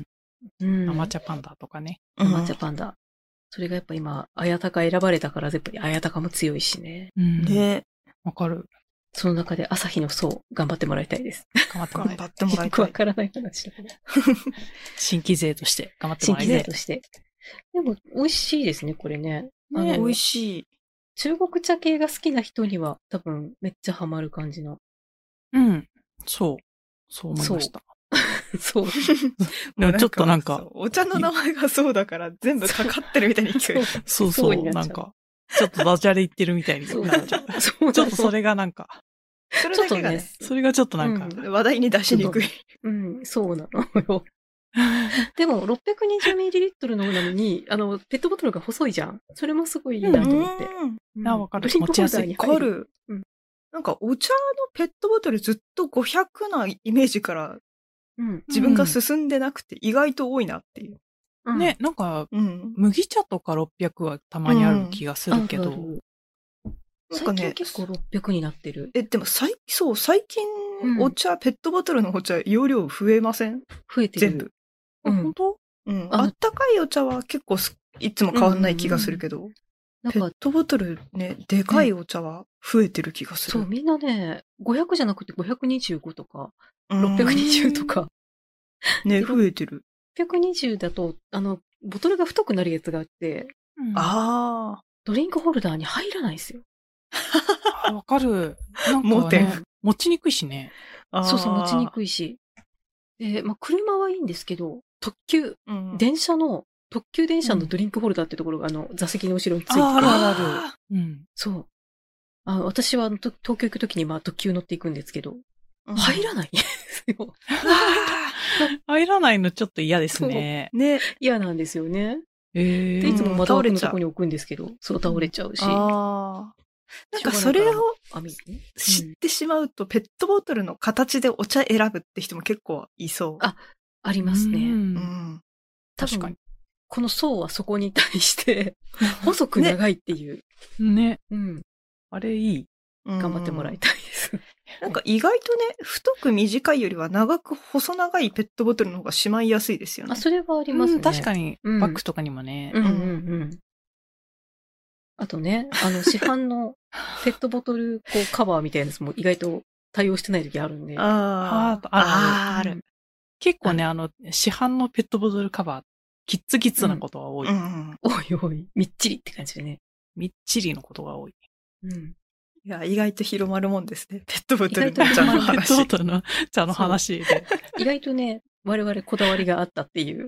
Speaker 2: うん
Speaker 1: 生茶パンダとかね。
Speaker 3: うん
Speaker 2: 生茶パンダ。それがやっぱ今、綾鷹選ばれたから、やっぱり綾鷹も強いしね。
Speaker 1: うん。
Speaker 3: ね
Speaker 1: わかる。
Speaker 2: その中で朝日の層、頑張ってもらいたいです。
Speaker 1: 頑張っても
Speaker 3: 頑
Speaker 1: らいたい。
Speaker 3: 張ってもら
Speaker 2: よ
Speaker 3: い
Speaker 2: く
Speaker 3: た
Speaker 2: わ
Speaker 3: い。
Speaker 2: からない話だから。
Speaker 1: 新規勢として頑張って
Speaker 2: 新
Speaker 1: もらいた
Speaker 2: 規勢
Speaker 1: い
Speaker 2: と。して。でも、美味しいですね、これね。あ
Speaker 3: ね
Speaker 2: の
Speaker 3: 美味しい。
Speaker 2: 中国茶系が好きな人には、多分、めっちゃハマる感じの。
Speaker 1: うん。そう。そう思いました。
Speaker 2: そう。
Speaker 1: でもちょっとなん
Speaker 3: そう
Speaker 1: か、
Speaker 3: お茶の名前がそうだから全部かかってるみたいに聞こえる。
Speaker 1: そう
Speaker 2: そ
Speaker 1: そうう、
Speaker 2: にな
Speaker 1: な
Speaker 2: っ
Speaker 1: ん
Speaker 2: ちゃう
Speaker 1: か、ちょっとダジャレ言ってるみたいに
Speaker 2: そう
Speaker 1: なっちゃう。
Speaker 2: そう。
Speaker 1: ちょっとそ
Speaker 2: れ。
Speaker 1: れがなんか、
Speaker 3: それ
Speaker 2: ちょっ
Speaker 3: だ
Speaker 2: と
Speaker 3: けが
Speaker 2: ね
Speaker 3: ね、、
Speaker 1: それがちょっとなんか、
Speaker 2: う
Speaker 3: 話題に出しにくい。
Speaker 2: うん、そうなのよ。でも、620ml のなのに、あの、ペットボトルが細いじゃん。それもすごいいいなと思って。
Speaker 3: うん
Speaker 2: うん
Speaker 1: あわかる
Speaker 2: ドリンクホルダーに
Speaker 3: わ
Speaker 2: 入
Speaker 3: か
Speaker 2: る。
Speaker 3: る
Speaker 2: うん。
Speaker 3: なんかお茶のペットボトルずっと500なイメージから
Speaker 2: うん。
Speaker 3: 自分が進んでなくて意外と多いなっていう。
Speaker 2: うん
Speaker 1: ね、なんか、
Speaker 3: うん。
Speaker 1: 麦茶とか600はたまにある気がするけ
Speaker 2: あ
Speaker 1: ど、
Speaker 2: るある
Speaker 3: なんか
Speaker 2: 最近
Speaker 3: ね、
Speaker 2: 結構600になってる。
Speaker 3: え、でも最、そう、最近
Speaker 2: うん
Speaker 3: お茶、ペットボトルのお茶容量増えません
Speaker 2: 増えてる。
Speaker 3: 全部。
Speaker 1: あ
Speaker 2: うん
Speaker 1: 本当
Speaker 3: うん。
Speaker 2: あの
Speaker 3: あったかいお茶は結構すいつも変わんない気がするけど、
Speaker 2: なん
Speaker 3: ペ
Speaker 2: か
Speaker 3: ッ、トボトルね、でかいお茶は増えてる気がす
Speaker 2: そ
Speaker 3: る。
Speaker 2: う、みんなね、500じゃなくて525とか、
Speaker 3: うん
Speaker 2: 620と。か、
Speaker 3: ね、増えてる。
Speaker 2: 620だと、あの、ボトルが太くなるやつがあって、
Speaker 1: あ
Speaker 3: あ
Speaker 2: ドリンクホルダーに入らないんですよ。
Speaker 1: あ、わかる。なん
Speaker 3: 盲
Speaker 1: か、ね
Speaker 3: 点、
Speaker 1: 持ちにくいしね。
Speaker 3: あ。
Speaker 2: そうそう、持ちに
Speaker 3: い。
Speaker 2: くいし。で、まあ、車はいいんですけど、特急、
Speaker 3: うん
Speaker 2: 電車の、特急電車
Speaker 1: う
Speaker 2: の
Speaker 1: ん
Speaker 2: ドリンクホルダーってところが、あの、座席の後ろについて
Speaker 1: あ
Speaker 2: て
Speaker 1: るある
Speaker 3: あ
Speaker 1: ある。うん。
Speaker 2: そう。あの私はあのと東京行くときに、まあ、特急乗っていくんですけど、入らないんですよ。
Speaker 1: 入らないのちょっと嫌ですね。
Speaker 3: ね。
Speaker 2: 嫌なんですよね。
Speaker 1: え
Speaker 2: で
Speaker 1: え
Speaker 2: いつも窓枠のと
Speaker 3: 倒れちゃ
Speaker 2: こ
Speaker 3: う
Speaker 2: に置くんですけど、そう倒れちゃうし。
Speaker 3: ああ。なんかそれ
Speaker 2: しょうがないから
Speaker 3: を
Speaker 2: 網ね
Speaker 3: 知ってしまうと、ペットボトルの形でお茶選ぶって人も結構いそう。
Speaker 2: ああります
Speaker 1: う
Speaker 2: ね。
Speaker 3: うんん。
Speaker 2: 多分
Speaker 1: 確かに
Speaker 2: この層はそこに対して、細く長いっていう、
Speaker 1: ね。
Speaker 2: うん、
Speaker 1: あれいい。
Speaker 2: 頑張ってもらいたいです。
Speaker 3: うんなんか意外とね、太く短いよりは長く細長いペットボトルの方がしまいやすいですよね
Speaker 2: あ、。それはありますね。
Speaker 1: うん確かに、
Speaker 2: うん
Speaker 1: バッグとかにもね。
Speaker 2: うんうんうん。あとね、あの、市販のペットボトルこうカバーみたいなやつも意外と対応してない時あるんで。
Speaker 3: あ
Speaker 1: あーある
Speaker 3: あーあ
Speaker 2: る
Speaker 3: る。
Speaker 1: 結構ね、あの、市販のペットボトルカバー、キッツキッツなことが多い。
Speaker 3: うん。
Speaker 2: おいおい、みっちりって感じでね。
Speaker 1: みっちりのことが多い。
Speaker 2: うん。
Speaker 3: いや、意外と広まるもんですね。ペットボトル
Speaker 2: 意外
Speaker 3: の
Speaker 2: と
Speaker 3: 茶
Speaker 2: 広ま
Speaker 3: の
Speaker 2: る
Speaker 1: ペットボ
Speaker 3: 話。
Speaker 1: トルの 茶の話で。
Speaker 2: 意外とね、我々こだわりがあったっていう。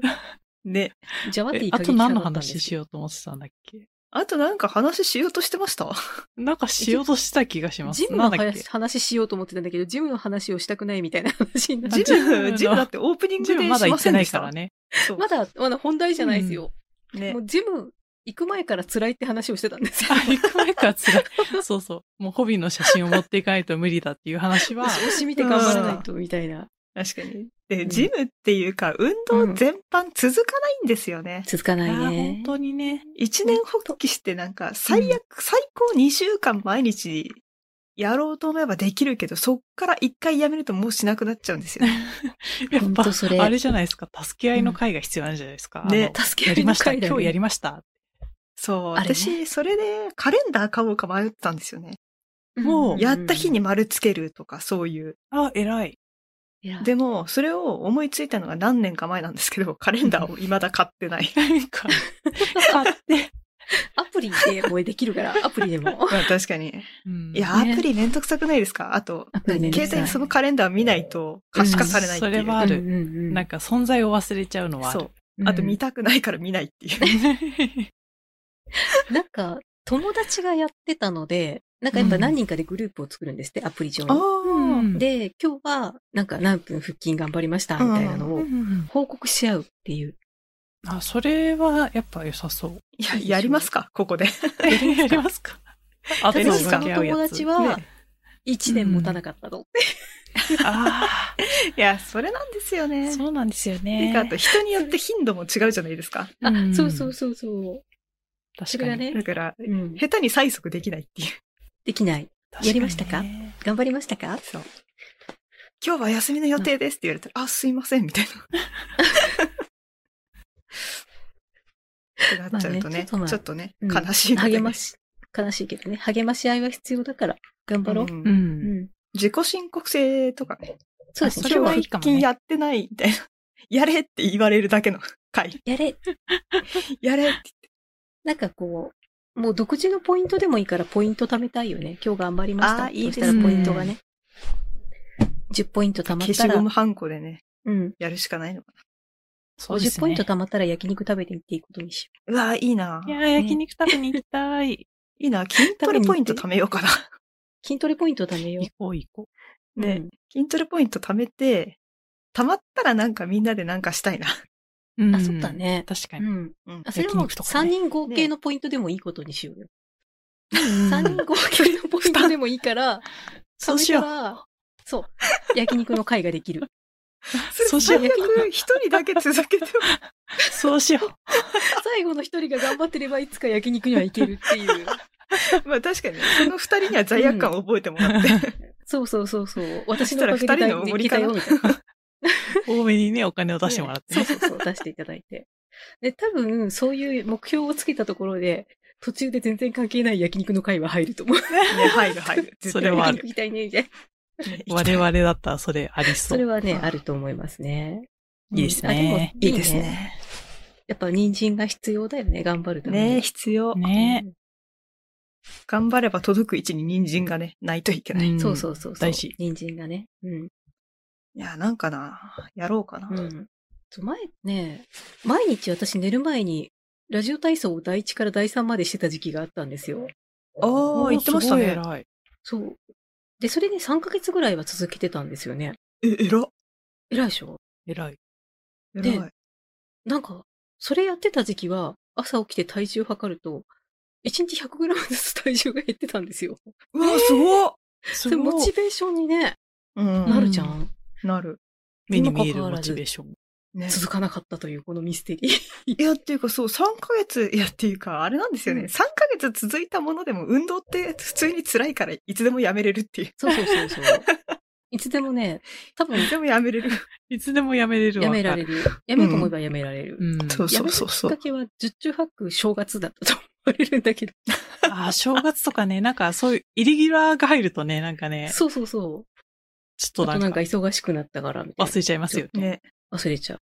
Speaker 3: ね。
Speaker 2: ジャワティ
Speaker 1: え
Speaker 2: ー
Speaker 1: あと何の
Speaker 2: 過激
Speaker 1: 話し
Speaker 2: 派だったんですよ
Speaker 1: ようと思ってたんだっけ
Speaker 3: あとなんか話しようとしてました
Speaker 1: なんかしようとした気がします。
Speaker 2: ジム
Speaker 1: な
Speaker 2: の
Speaker 1: んだっけ
Speaker 2: 話話しようと思ってたんだけど、ジムの話をしたくないみたいな話になっ
Speaker 3: ジ
Speaker 2: て。
Speaker 1: ジム
Speaker 3: ム、
Speaker 1: の
Speaker 3: ジムだってオープニング
Speaker 1: ジ
Speaker 3: で
Speaker 1: ム
Speaker 3: し
Speaker 1: ま
Speaker 3: ま
Speaker 1: だ行って
Speaker 3: せん
Speaker 1: な
Speaker 3: で
Speaker 1: い
Speaker 3: し
Speaker 1: か
Speaker 3: た
Speaker 1: ら。ね。
Speaker 3: そう
Speaker 2: まだ、まだ本題じゃないですよ。
Speaker 3: ね
Speaker 2: もうジム行く前から辛いって話をしてたんですよ
Speaker 1: あ、。行く前から辛い。そうそう。もうホビーの写真を持っていかないと無理だっていう話 は、
Speaker 2: 押し見て頑張らないと、みたいな。
Speaker 3: 確かに。
Speaker 2: う
Speaker 3: で、
Speaker 2: ん
Speaker 3: ジムっていうか、運動全般続かないんですよね。
Speaker 2: 続か
Speaker 1: あ
Speaker 2: な
Speaker 1: ー
Speaker 2: い
Speaker 1: 本
Speaker 2: ね。
Speaker 1: 当にね。
Speaker 3: 一年発起してなんか、最悪、最高2週間毎日やろうと思えばできるけど、そっから1回やめるともうしなくなっちゃうんですよね。
Speaker 1: やっ
Speaker 2: 本
Speaker 1: ぱ
Speaker 2: 当、それ
Speaker 1: あれじゃないですか。助け合いの会が必要なんじゃないですか。
Speaker 3: ね
Speaker 1: あの
Speaker 2: 助け
Speaker 1: や
Speaker 2: 合い
Speaker 1: りま
Speaker 2: の
Speaker 1: した。
Speaker 2: 会だ
Speaker 1: 今日や
Speaker 2: ね。
Speaker 1: りました。
Speaker 3: そう。
Speaker 2: あれね
Speaker 3: 私、それでカレンダー買おうか迷ってたんですよね。
Speaker 1: もう
Speaker 3: やった日に。丸つけるとか、そういう。
Speaker 1: あ、偉い。
Speaker 2: いや
Speaker 3: でも、それを思いついたのが何年か前なんですけど、カレンダーを未だ買ってない。
Speaker 1: なんか、買って。
Speaker 2: アプリでもうできる から、アプリでも。
Speaker 3: まあ確かに。
Speaker 1: うん
Speaker 3: いや、
Speaker 2: ね
Speaker 3: アプリめんどくさくないですかあと、
Speaker 2: アプリめんどくさい
Speaker 3: 携帯でそのカレンダー見ないと可視化されないっていう。
Speaker 1: うんそれはあるなんか存在を忘れちゃうのはあ
Speaker 3: そ
Speaker 1: る。
Speaker 3: う。あと見たくないから見ないっていう。
Speaker 2: なんか、友達がやってたので、なんかやっぱ何人かでグループを作るんですって、アプリ上に。
Speaker 1: う
Speaker 3: あ
Speaker 1: ん、
Speaker 2: で、今日は、なんか何分腹筋頑張りました、みたいなの
Speaker 1: うんう
Speaker 2: を
Speaker 1: んうん
Speaker 2: 報告し合うっていう。
Speaker 1: あ、それはやっぱ良さそう。
Speaker 3: いや、やりますかここで。
Speaker 1: やりますかあ
Speaker 2: た
Speaker 3: で
Speaker 1: で
Speaker 2: だ
Speaker 3: も
Speaker 1: も
Speaker 2: しその友達は、1年持たなかったの。
Speaker 1: あ
Speaker 3: いや、それなんですよ
Speaker 1: あ、
Speaker 3: ね。
Speaker 1: そうなんですよ
Speaker 3: て
Speaker 1: ね。
Speaker 3: か、あと人によって頻度も違うじゃないですか。
Speaker 2: あ、
Speaker 1: ん
Speaker 2: そうそうそうそう。そ
Speaker 1: 確
Speaker 2: れ
Speaker 1: か
Speaker 2: が
Speaker 1: に。
Speaker 2: ね
Speaker 3: だ、から、
Speaker 2: うん、
Speaker 3: 下手に催促できないっていう。
Speaker 2: できない。
Speaker 1: 確かにね
Speaker 2: やりましたか頑張りましたか
Speaker 3: そう。今日は休みの予定ですって言われたら、あ、すいません、み たいな。ってなっちゃうと
Speaker 2: まあね
Speaker 3: ね、
Speaker 2: ちょっとまあ
Speaker 3: ちょっとね、
Speaker 2: うん
Speaker 3: 悲しいのでね
Speaker 2: 励まし、悲しいけどね、励まし合いは必要だから、頑張ろう。
Speaker 3: うん
Speaker 1: うん。
Speaker 2: うん。
Speaker 3: 自己申告制とかね、
Speaker 2: そうですね
Speaker 1: あ。それ
Speaker 3: 今
Speaker 1: はい
Speaker 3: 日はい
Speaker 1: かも
Speaker 3: 腹
Speaker 1: ね
Speaker 3: 筋やってない、みたいな。やれって言われるだけの回。
Speaker 2: やれ、
Speaker 3: やれって。
Speaker 2: なんかこう、もう独自のポイントでもいいからポイント貯めたいよね。今日頑張りました。
Speaker 3: あーいいです
Speaker 1: ね
Speaker 2: そしたらポイントがね。10ポイント貯まっ
Speaker 3: 消
Speaker 2: た
Speaker 3: しゴ
Speaker 2: ら
Speaker 3: ム、ハンコでね、
Speaker 2: うん。
Speaker 3: やるしかないのか
Speaker 1: そうですね
Speaker 2: 50ポイント貯まったら焼肉食べてみていいことにしよ
Speaker 3: な。うわーいいない
Speaker 1: やー、焼肉食べに行きたい。
Speaker 3: いいな筋トレポイント貯めようかな。
Speaker 2: う。筋トレポイント貯めよ
Speaker 1: 行こう行こ
Speaker 2: う。
Speaker 3: ね
Speaker 2: うん
Speaker 3: 筋トレポイント貯めて、貯まったらなんかみんなでなんかしたいな。
Speaker 1: う。うん
Speaker 2: あ、そっか。ね。
Speaker 1: 確か
Speaker 2: う
Speaker 1: に。
Speaker 2: ん。
Speaker 3: うん
Speaker 2: あ、それはもう
Speaker 1: 焼肉とか
Speaker 2: 3
Speaker 1: ね
Speaker 2: 人合計のポイントでもいいことにしようよ。
Speaker 1: 3
Speaker 2: 3人合計のポイントでもいいから、
Speaker 3: そうしよ
Speaker 2: 貯
Speaker 3: う。
Speaker 2: めたらそう。焼肉の会ができる。
Speaker 1: そうしよ
Speaker 3: 最
Speaker 1: う
Speaker 3: 悪一人だけ続 けても、
Speaker 1: そうしよう。
Speaker 2: 最後の一人が頑張ってればいつか焼肉には行けるっていう。
Speaker 3: まあ確かに、その二人には罪悪感を覚えてもらって、
Speaker 2: そうそうそうそう。
Speaker 3: そ
Speaker 2: 私
Speaker 3: し
Speaker 2: のお
Speaker 3: たら
Speaker 2: かげで
Speaker 3: 二
Speaker 2: 大
Speaker 3: 人のおご
Speaker 2: で
Speaker 3: り
Speaker 2: き
Speaker 3: か
Speaker 2: た
Speaker 3: な
Speaker 2: よ、みたいな。
Speaker 1: 多めにね、お金を出してもらって
Speaker 2: そう
Speaker 1: ね。
Speaker 2: そうそう、出していただいて。で、多分、そういう目標をつけたところで、途中で全然関係ない焼肉の会は入ると思う。
Speaker 3: ね、入る入る。
Speaker 1: それはあ
Speaker 2: 焼
Speaker 1: る
Speaker 2: 肉行きたい ね、みたいな。
Speaker 1: 我々だったらそれありそ。
Speaker 2: そうれはね、あると思いますね。
Speaker 1: いいです
Speaker 2: あでも
Speaker 1: ね。
Speaker 3: いいです。ね。
Speaker 2: やっぱ人参が必要だよね、頑張るために。
Speaker 3: ね必要。
Speaker 1: ね
Speaker 3: 頑張れば届く位置に人参がね、ないといけない。
Speaker 1: ん
Speaker 2: そうそうそうそう。
Speaker 1: 大事。
Speaker 2: 人参がね。うん。
Speaker 3: いや、なんかな、やろうかな。
Speaker 2: うん。そう前ね、毎日私寝る前に、ラジオ体操を第一から第三までしてた時期があったんですよ。
Speaker 3: おー、言ってました
Speaker 1: す
Speaker 3: ね。
Speaker 1: ごい偉い
Speaker 2: そう。で、それで3ヶ月ぐらいは続けてたんですよね。
Speaker 3: え、えら。
Speaker 2: 偉いでしょ
Speaker 1: 偉い。
Speaker 3: え
Speaker 2: で
Speaker 3: らい。
Speaker 2: なんか、それやってた時期は、朝起きて体重測ると、1日 100g ずつ体重が減ってたんですよ。
Speaker 3: うわ、すごっ
Speaker 1: す
Speaker 2: それモ
Speaker 1: ご
Speaker 2: チ
Speaker 1: い。
Speaker 2: ベーションにね、
Speaker 3: う、
Speaker 2: なんるじゃん。
Speaker 3: なる。
Speaker 1: 目に
Speaker 2: にも
Speaker 1: 見える
Speaker 2: かかわ
Speaker 1: モ
Speaker 2: らず
Speaker 1: チベーション。
Speaker 3: ね
Speaker 2: 続かなかったというこのミステリー。
Speaker 3: いや、っていうかそう、3ヶ月、いや、っていうか、あれなんですよね。
Speaker 2: うん
Speaker 3: 3ヶ月続いたものでも、運動って普通に辛いから、いつでもやめれるっていう。
Speaker 2: そうそうそうそう。いつでもね、多分
Speaker 3: いつでもやめれる。
Speaker 1: いつでもやめれるわ。
Speaker 2: やめられ
Speaker 1: る。
Speaker 2: る。やめようと思えばやめられる。
Speaker 1: うん。
Speaker 3: そうそうそうそ
Speaker 2: やめたきっ
Speaker 3: う。
Speaker 2: かけは、十中八九正月だったと思われるんだけど。
Speaker 1: ああ、正月とかね、なんかそういう、イレギュラーが入るとね、なんかね、
Speaker 2: そうそうそう。
Speaker 1: ち
Speaker 2: ち
Speaker 1: ょっと
Speaker 2: な
Speaker 1: なんん
Speaker 2: か
Speaker 1: か
Speaker 2: 忙しくなったから、みたい
Speaker 1: 忘れちゃいますよね。
Speaker 3: ね。
Speaker 2: な。忘れちゃう。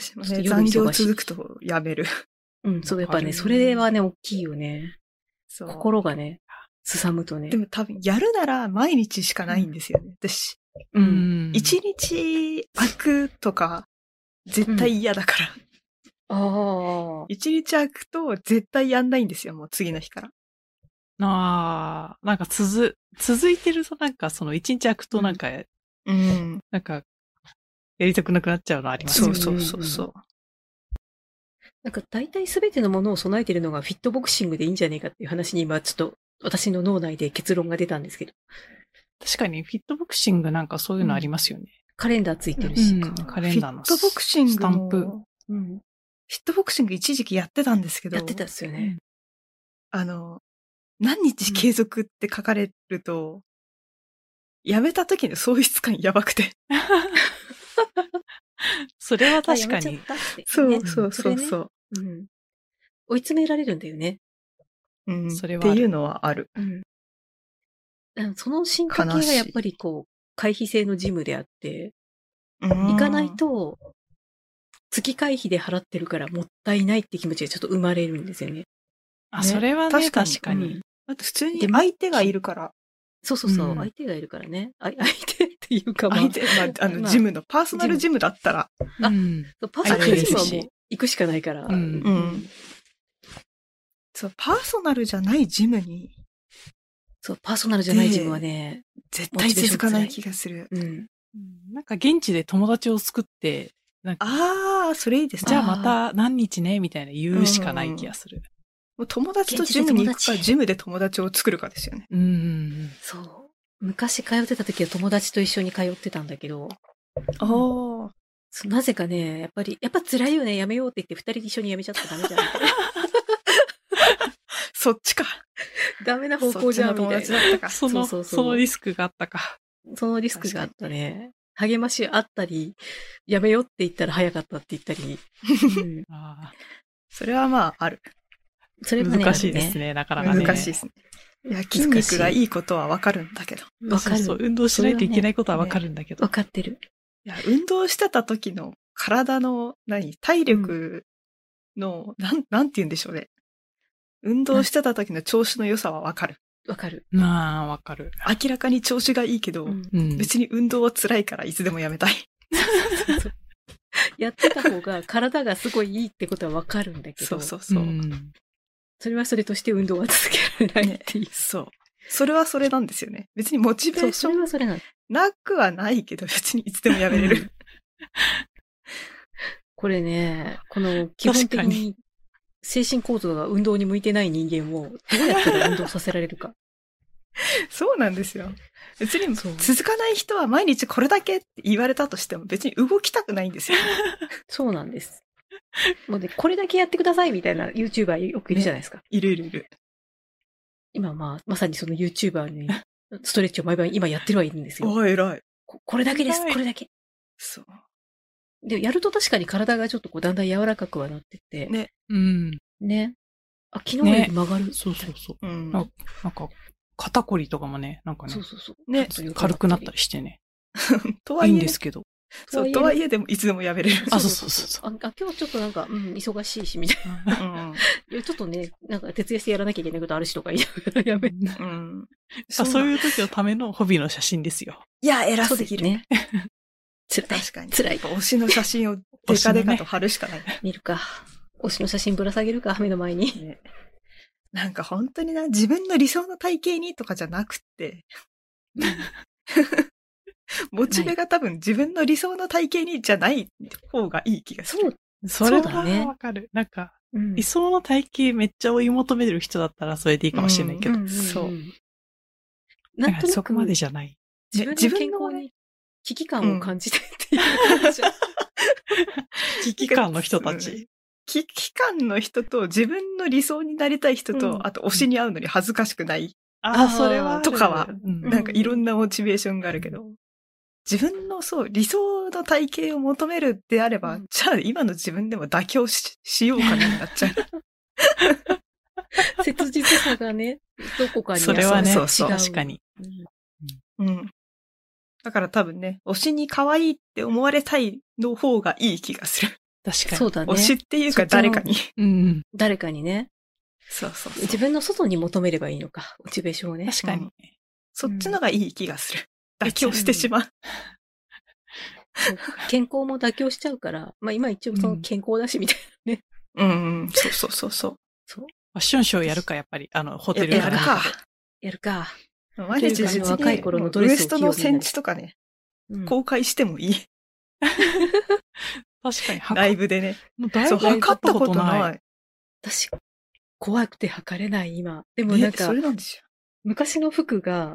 Speaker 3: 私も
Speaker 2: ちょっ
Speaker 3: ね、
Speaker 2: と夜忙
Speaker 3: 残
Speaker 2: しい
Speaker 3: 業続くとやめる。
Speaker 2: うん、そう、やっぱ
Speaker 1: わか
Speaker 2: ね、
Speaker 1: る
Speaker 2: それはね、大きいよね。
Speaker 3: そう。
Speaker 2: 心がね、すさむとね
Speaker 3: で。も多分、やるなら毎日しかないんですよね。私、
Speaker 2: う。
Speaker 1: うんん
Speaker 3: 1日空くとか、絶対嫌だから。
Speaker 2: ああ。
Speaker 3: 1日空くと、絶対やんないんですよ、もう次の日から。
Speaker 1: ああ、なんか続、続いてるとなんかその一日空くとなんか、
Speaker 3: うん。
Speaker 1: なんか、やりたくなくなっちゃうのあります
Speaker 3: そ
Speaker 1: よ
Speaker 3: う
Speaker 1: ね。
Speaker 3: そうそうそう。
Speaker 2: なんか大体すべてのものを備えてるのがフィットボクシングでいいんじゃねえかっていう話に今ちょっと私の脳内で結論が出たんですけど。
Speaker 1: 確かにフィットボクシングなんかそういうのありますよね。
Speaker 2: カレンダーついてる
Speaker 1: う
Speaker 2: し。
Speaker 1: んカレンダーの
Speaker 3: フィットボクシング
Speaker 1: スタンプ
Speaker 3: も
Speaker 2: うん。
Speaker 3: フィットボクシング一時期やってたんですけど、
Speaker 2: やってたっすよね。
Speaker 3: あの、何日継続って書かれると、やめた時の喪失感やばくて。
Speaker 1: それは確か
Speaker 2: あやめ
Speaker 1: に
Speaker 2: ちゃ。ったって
Speaker 3: そう
Speaker 2: ね
Speaker 3: そうそう
Speaker 2: れね
Speaker 3: そう。
Speaker 2: うん。追い詰められるんだよね。
Speaker 3: うん、
Speaker 1: それは
Speaker 3: っ
Speaker 1: ある
Speaker 3: ていうのはある。
Speaker 2: うん。その進化系
Speaker 3: 悲
Speaker 2: が
Speaker 3: しい
Speaker 2: やっぱりこう、回避制のジムであって、
Speaker 3: 行
Speaker 2: 行かない。と、月会費で払ってるからもったいないって気持ちがちょっと生まれるんですよね。
Speaker 1: あ、
Speaker 3: ね
Speaker 1: それはね、
Speaker 3: 確
Speaker 1: 確
Speaker 3: か
Speaker 1: か
Speaker 3: に
Speaker 1: に。
Speaker 2: うん
Speaker 3: あと普通に
Speaker 2: で
Speaker 3: 相手がいるから。
Speaker 2: そうそうそう、
Speaker 1: うん
Speaker 2: 相手がいるからね。あ相手っていうか、まあ、
Speaker 3: 相手、まあ、あの、
Speaker 2: まあ
Speaker 3: ジムの、パーソナルジムだったら、
Speaker 2: あ
Speaker 1: うん
Speaker 2: そうパーソナルジ
Speaker 1: 相手
Speaker 2: ムはも
Speaker 1: がいう
Speaker 2: 行くしかないから。
Speaker 1: うん
Speaker 3: うんそう、パーソナルじゃないジムに、
Speaker 2: そう、パーソナルじゃないジムはね、
Speaker 3: 絶対続かない気がする。
Speaker 2: うん。
Speaker 1: なんか現地で友達を作って、なんか
Speaker 3: ああ、それいいですね。
Speaker 1: じゃあ
Speaker 2: あー
Speaker 1: また何日ねみたいな言うしかない気がする。
Speaker 3: もう友達とジムに行くか、ジムで友達を作るかですよね。
Speaker 1: うんうん
Speaker 2: そう。昔通ってた時は友達と一緒に通ってたんだけど、
Speaker 3: ああ。
Speaker 2: そうなぜかね、やっぱり、やっぱ辛いよね、やめようって言って二人一緒にやめちゃったらダメ じゃん。
Speaker 3: そっちか。
Speaker 2: ダメな方
Speaker 3: そ
Speaker 2: 向
Speaker 3: っち
Speaker 2: じゃ
Speaker 3: の
Speaker 2: ん、み
Speaker 3: 友
Speaker 2: たい
Speaker 3: 達
Speaker 2: な
Speaker 3: だ。った
Speaker 1: う
Speaker 3: か
Speaker 1: ん。。そ
Speaker 2: そ
Speaker 1: の、
Speaker 2: うそ
Speaker 1: そう
Speaker 2: そう
Speaker 1: のリスクがあったか。
Speaker 2: そのリスクがあったね。励ましあったり、やめようって言ったら早かったって言ったり。うん
Speaker 1: あ
Speaker 3: それはまあ、ある。
Speaker 2: そ
Speaker 1: ー
Speaker 2: れはね
Speaker 1: 難しいです。ね、なかなかね。
Speaker 3: 難しいですね。いや、筋肉がいいことはわかるんだけど。
Speaker 2: あるね
Speaker 1: そうそ
Speaker 2: わか
Speaker 1: うそう。
Speaker 2: る。
Speaker 1: 運動しないといけないことはわかるんだけど。
Speaker 2: わかってる。
Speaker 3: いや、運動してた時の体の、何、体力の、なん、なんて言うんでしょうね。運動してた時の調子の良さはわかる。
Speaker 2: わかる。
Speaker 1: まあ、わかる。
Speaker 3: 明らかに調子がいいけど、
Speaker 2: うん
Speaker 1: うん。
Speaker 3: 別に運動は辛いからいつでもやめたい。
Speaker 2: やってた方が体がすごいいいってことはわかるんだけど、
Speaker 3: そうそうそう。
Speaker 1: ん
Speaker 2: それはそれとして運動は続けられないっていう。
Speaker 3: そう。それはそれなんですよね。別にモチベ
Speaker 2: そう、
Speaker 3: ーシ
Speaker 2: そ
Speaker 3: ョ
Speaker 2: れ
Speaker 3: ン
Speaker 2: はそれなの。
Speaker 3: なくはないけど、別にいつでもやめれる。
Speaker 2: これね、この基本的
Speaker 1: 確か
Speaker 2: に精神構造が運動に向いてない人間をどうやったら運動させられる か。
Speaker 3: そうなんですよ。別に
Speaker 2: そう
Speaker 3: 続かない人は毎日これだけって言われたとしても別に動きたくないんですよ。
Speaker 2: そうなんです。もうね、これだけやってくださいみたいな YouTuber よくいるじゃないですか。
Speaker 3: いるいるいる。
Speaker 2: 今まあ、まさにその YouTuber にストレッチを毎晩今やってるはいるんですよ。
Speaker 3: おー偉い。
Speaker 2: ここれだけです、
Speaker 1: 偉い
Speaker 2: これだけ。
Speaker 3: そう。
Speaker 2: で、やると確かに体がちょっとこうだんだん柔らかくはなってって。
Speaker 3: ね
Speaker 2: ね。
Speaker 1: うん。
Speaker 2: あ、昨日より曲がる。
Speaker 1: そうそうそう。
Speaker 3: うん。
Speaker 1: あなんか、肩こりとかもね、なんかね
Speaker 2: そう、そうそう。
Speaker 3: ね
Speaker 2: ちょと
Speaker 1: 軽くなった
Speaker 2: り。
Speaker 1: りしてね。
Speaker 3: とはいいえ
Speaker 1: い
Speaker 3: ね、
Speaker 1: んですけど。
Speaker 3: そうとはいえでもいつでもやめれる。
Speaker 1: あ、そうそうそうそう。
Speaker 2: あ、あ今日ちょっとなんか、うん、忙しいし、みたいな。
Speaker 3: うん。
Speaker 2: いやちょっとね、なんか徹夜してやらなきゃいけないことあるしとか言いながらやめ。
Speaker 3: うん。
Speaker 1: あそう
Speaker 3: う。
Speaker 1: いう時のためのホビーの写真ですよ。
Speaker 3: いや、偉
Speaker 2: そう
Speaker 3: す
Speaker 2: で
Speaker 3: ぎ
Speaker 2: す
Speaker 3: る。
Speaker 2: ね。辛い。
Speaker 3: 確かに。
Speaker 2: 辛い
Speaker 3: やっぱ推しの写真をデカデカと貼るしかない。
Speaker 2: 見るか。推しの写真ぶら下げるか、目の前に。
Speaker 3: ねなんか本当にな、自分の理想の体型にとかじゃな くって、モチベが多分自分の理想の体型にじゃない方がいい気がする。
Speaker 2: そう。
Speaker 1: それ
Speaker 2: そうだ
Speaker 1: は
Speaker 2: ね
Speaker 1: わかる。なんか、
Speaker 2: うん
Speaker 1: 理想の体型めっちゃ追い求めてる人だったらそれでいいかもしれないけど、
Speaker 2: んんん
Speaker 3: そう。
Speaker 1: な
Speaker 2: な
Speaker 1: ん
Speaker 2: ん
Speaker 1: か
Speaker 2: とな
Speaker 1: そこ
Speaker 2: く、
Speaker 1: までじゃない。
Speaker 2: 自分
Speaker 3: 自
Speaker 2: の
Speaker 3: 分
Speaker 2: 健
Speaker 3: の
Speaker 2: 康
Speaker 3: ね
Speaker 2: に危機感を感じてっていう感じじゃん。
Speaker 1: 危機感の人た
Speaker 3: うん
Speaker 1: ち。。
Speaker 3: 危機感の人と自分の理想になりたい人と、
Speaker 2: うん
Speaker 3: あと推しに会うのに恥ずかしくない、
Speaker 1: あ
Speaker 2: あ
Speaker 1: あ、それはある。
Speaker 3: とかは
Speaker 1: うん
Speaker 3: なんかいろんなモチベーションがあるけど、自分のそう、理想の体型を求めるであれば、
Speaker 2: うん
Speaker 3: じゃあ今の自分でも妥協ししようかなになっちゃう。
Speaker 2: 切実さがね、どこかに
Speaker 1: それはね、
Speaker 3: そうそう
Speaker 2: 違う
Speaker 1: 確かに。
Speaker 2: うん
Speaker 3: うん。だから多分ね、推しに可愛いって思われたいの方がいい気がする。
Speaker 1: 確かに。
Speaker 2: そうだね
Speaker 3: 推。しっていうか誰かに。
Speaker 1: うん。
Speaker 2: 誰かにね、
Speaker 3: そうそうそう。
Speaker 2: 自分の外に求めればいいのか、モチベーションをね。
Speaker 1: 確かに。
Speaker 3: そっちのがいい気がする。妥協してしまう。
Speaker 2: 健康も妥協しちゃうから、まあ今一応その健康だしみたいなね。
Speaker 3: うん、うん、そうそうそうそう。
Speaker 2: そう。
Speaker 1: ファッションショーやるか、やっぱり、あの、ホテル
Speaker 3: や
Speaker 1: か
Speaker 3: る
Speaker 1: ら。
Speaker 3: か。
Speaker 2: やるか。
Speaker 3: 毎日別に
Speaker 2: 若い頃のドレス
Speaker 3: ウ
Speaker 2: を
Speaker 3: エストのセンチとかね、
Speaker 2: うん
Speaker 3: 公開してもいい。
Speaker 1: 確かに、
Speaker 3: ライ
Speaker 1: ブ。
Speaker 3: ブでね。
Speaker 1: もうだい
Speaker 3: そ
Speaker 1: ぶ。
Speaker 3: う、測ったことないい。
Speaker 2: 私、怖くて測れない今。でも
Speaker 3: ね
Speaker 2: なんか
Speaker 3: そ、れなんですよ。
Speaker 2: 昔の服が、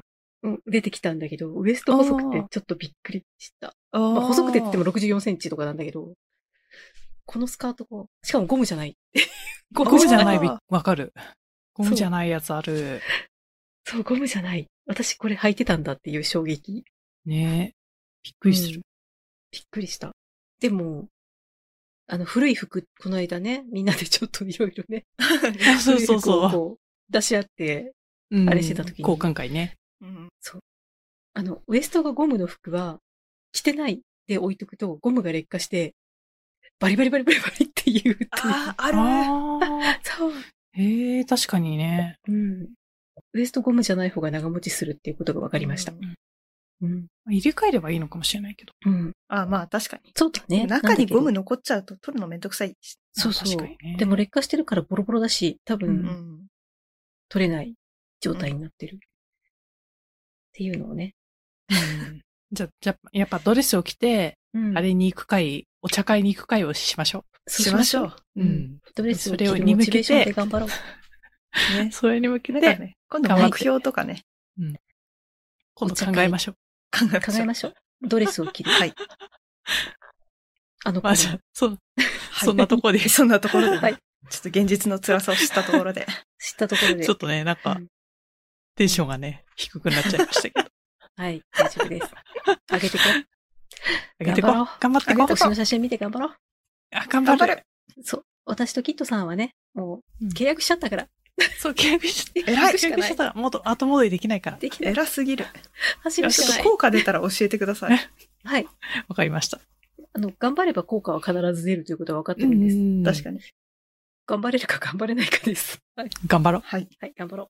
Speaker 2: うん出てきたんだけど、ウエスト細く
Speaker 3: あ
Speaker 2: て
Speaker 3: ー
Speaker 2: ちょっとびっくりした。
Speaker 3: あ
Speaker 2: まあ
Speaker 3: ー
Speaker 2: 細くてって言っても64センチとかなんだけど、このスカートこう、しかもゴムじゃない。ゴ
Speaker 1: ゴムじゃない、
Speaker 3: あー
Speaker 1: わかる。ゴムじゃないやつある。
Speaker 2: そう、ゴムじゃない。私これ履いてたんだっていう衝撃。
Speaker 1: ねびっくりす
Speaker 2: う
Speaker 1: る
Speaker 2: ん。びっくりした。でも、あの、古い服、この間ね、みんなでちょっといろいろね、
Speaker 1: あそうそう
Speaker 2: 古い服を
Speaker 1: そ
Speaker 2: こう出し合って、
Speaker 1: う。うん
Speaker 2: あれしてた時に
Speaker 1: 交換会ね。
Speaker 3: うん
Speaker 2: あの、ウエストがゴムの服は、着てないで置いとくと、ゴムが劣化して、バリバリバリバリバリっていうっていう。
Speaker 3: あー、ある。
Speaker 1: ああ。
Speaker 2: そう。
Speaker 1: へえ、確かにね。
Speaker 2: うん。ウエストゴムじゃない方が長持ちするっていうことが分かりました
Speaker 3: う
Speaker 2: う
Speaker 3: ん。。
Speaker 2: ん。
Speaker 1: 入れ替えればいいのかもしれないけど。
Speaker 2: うん。
Speaker 3: あ、まあ確かに。
Speaker 2: そうだね。
Speaker 3: 中にゴム
Speaker 2: の。
Speaker 3: 残っちゃうと取るのめんどくさいし。
Speaker 2: そうそ
Speaker 1: 確
Speaker 2: う
Speaker 1: かにね。
Speaker 2: でも劣化してるからボロボロだし、多
Speaker 1: う
Speaker 3: う
Speaker 2: 分
Speaker 3: ん。
Speaker 2: 取れない状態になってる。っていうのをね。
Speaker 1: うんじゃ、じゃ、やっぱドレスを着て、
Speaker 2: うん
Speaker 1: あれに行く会、お茶会に行く会をしましょ
Speaker 2: そう
Speaker 3: しましょう。
Speaker 1: う。
Speaker 2: う。うん。。ドレスを
Speaker 1: そ
Speaker 2: 着
Speaker 1: れ
Speaker 2: る
Speaker 1: をに
Speaker 2: モ
Speaker 1: 向
Speaker 2: チ
Speaker 1: けて
Speaker 2: ベーションで頑張ろう。
Speaker 3: ね。
Speaker 1: それに向け
Speaker 3: なん
Speaker 1: て、
Speaker 3: かね、今度
Speaker 1: 頑張って
Speaker 3: 目標とかね、
Speaker 1: 今度考えましょう。
Speaker 3: 考えま
Speaker 2: 考
Speaker 3: しょ
Speaker 2: え
Speaker 3: う。
Speaker 2: ましょう。ドレスを 着る。
Speaker 3: はい。
Speaker 2: あの子
Speaker 1: ま
Speaker 2: の
Speaker 1: あ、じゃあ、そう、
Speaker 3: はい
Speaker 1: そんなとこで、ち
Speaker 3: そんなところで、ね
Speaker 2: はい
Speaker 3: ちょっと現実の辛さを知ったところで。
Speaker 2: 知ったところで
Speaker 1: ょ。っとね、なんか
Speaker 2: うん、
Speaker 1: テンションがね、低くなっちゃいましたけど。
Speaker 2: はい、大丈夫です。上げてこ
Speaker 1: 上げてこう
Speaker 2: 頑張ろう。
Speaker 1: 頑張ってこ
Speaker 3: 上
Speaker 1: う
Speaker 3: げ
Speaker 2: う。
Speaker 3: て
Speaker 2: 推しの写真見て頑張ろう。
Speaker 1: あ、頑張
Speaker 3: 頑張
Speaker 1: る
Speaker 3: る。
Speaker 2: そう。私とキットさんはね、もう
Speaker 1: うん
Speaker 2: 契約しちゃったから。
Speaker 1: そう、契約し
Speaker 2: え
Speaker 3: らい
Speaker 1: 契約しちゃったら、もっと後戻りできないから。
Speaker 2: できない。
Speaker 3: 偉すぎる。
Speaker 2: 走る
Speaker 3: ち
Speaker 2: し
Speaker 3: ょっ
Speaker 2: か
Speaker 3: と
Speaker 2: ない。
Speaker 3: 効果出たら教えてください。
Speaker 2: はい。
Speaker 1: わかりました。
Speaker 2: あの、頑張れば効果は必ず出るということは分かってるんです。
Speaker 3: 確か
Speaker 1: に。
Speaker 3: に。
Speaker 2: 頑張れるか頑張れないかです。はい。
Speaker 1: 頑張ろう。
Speaker 3: はい。
Speaker 2: はい、頑張ろ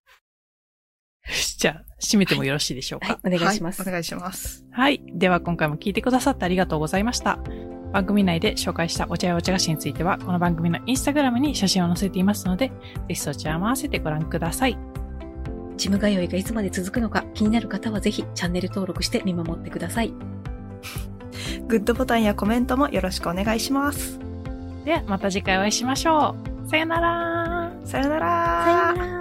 Speaker 1: じゃあ、締めてもよろしいでしょう
Speaker 2: う。
Speaker 1: か
Speaker 2: は。い、お願いします。
Speaker 3: はいお願いします。
Speaker 1: はい。では今回も聞いてくださってありがとうございました。番組内で紹介したお茶やお茶菓子については、この番組のインスタグラムに写真を載せていますので、ぜひそちらも合わせてご覧ください。
Speaker 2: ジム通いがいつまで続くのか気になる方はぜひチャンネル登録して見守ってください。
Speaker 3: グッドボタンやコメントもよろしくお願いします。
Speaker 1: ではまた次回お会いしましょう。さよなら
Speaker 3: さよな
Speaker 2: さよ
Speaker 3: ら
Speaker 2: うなら。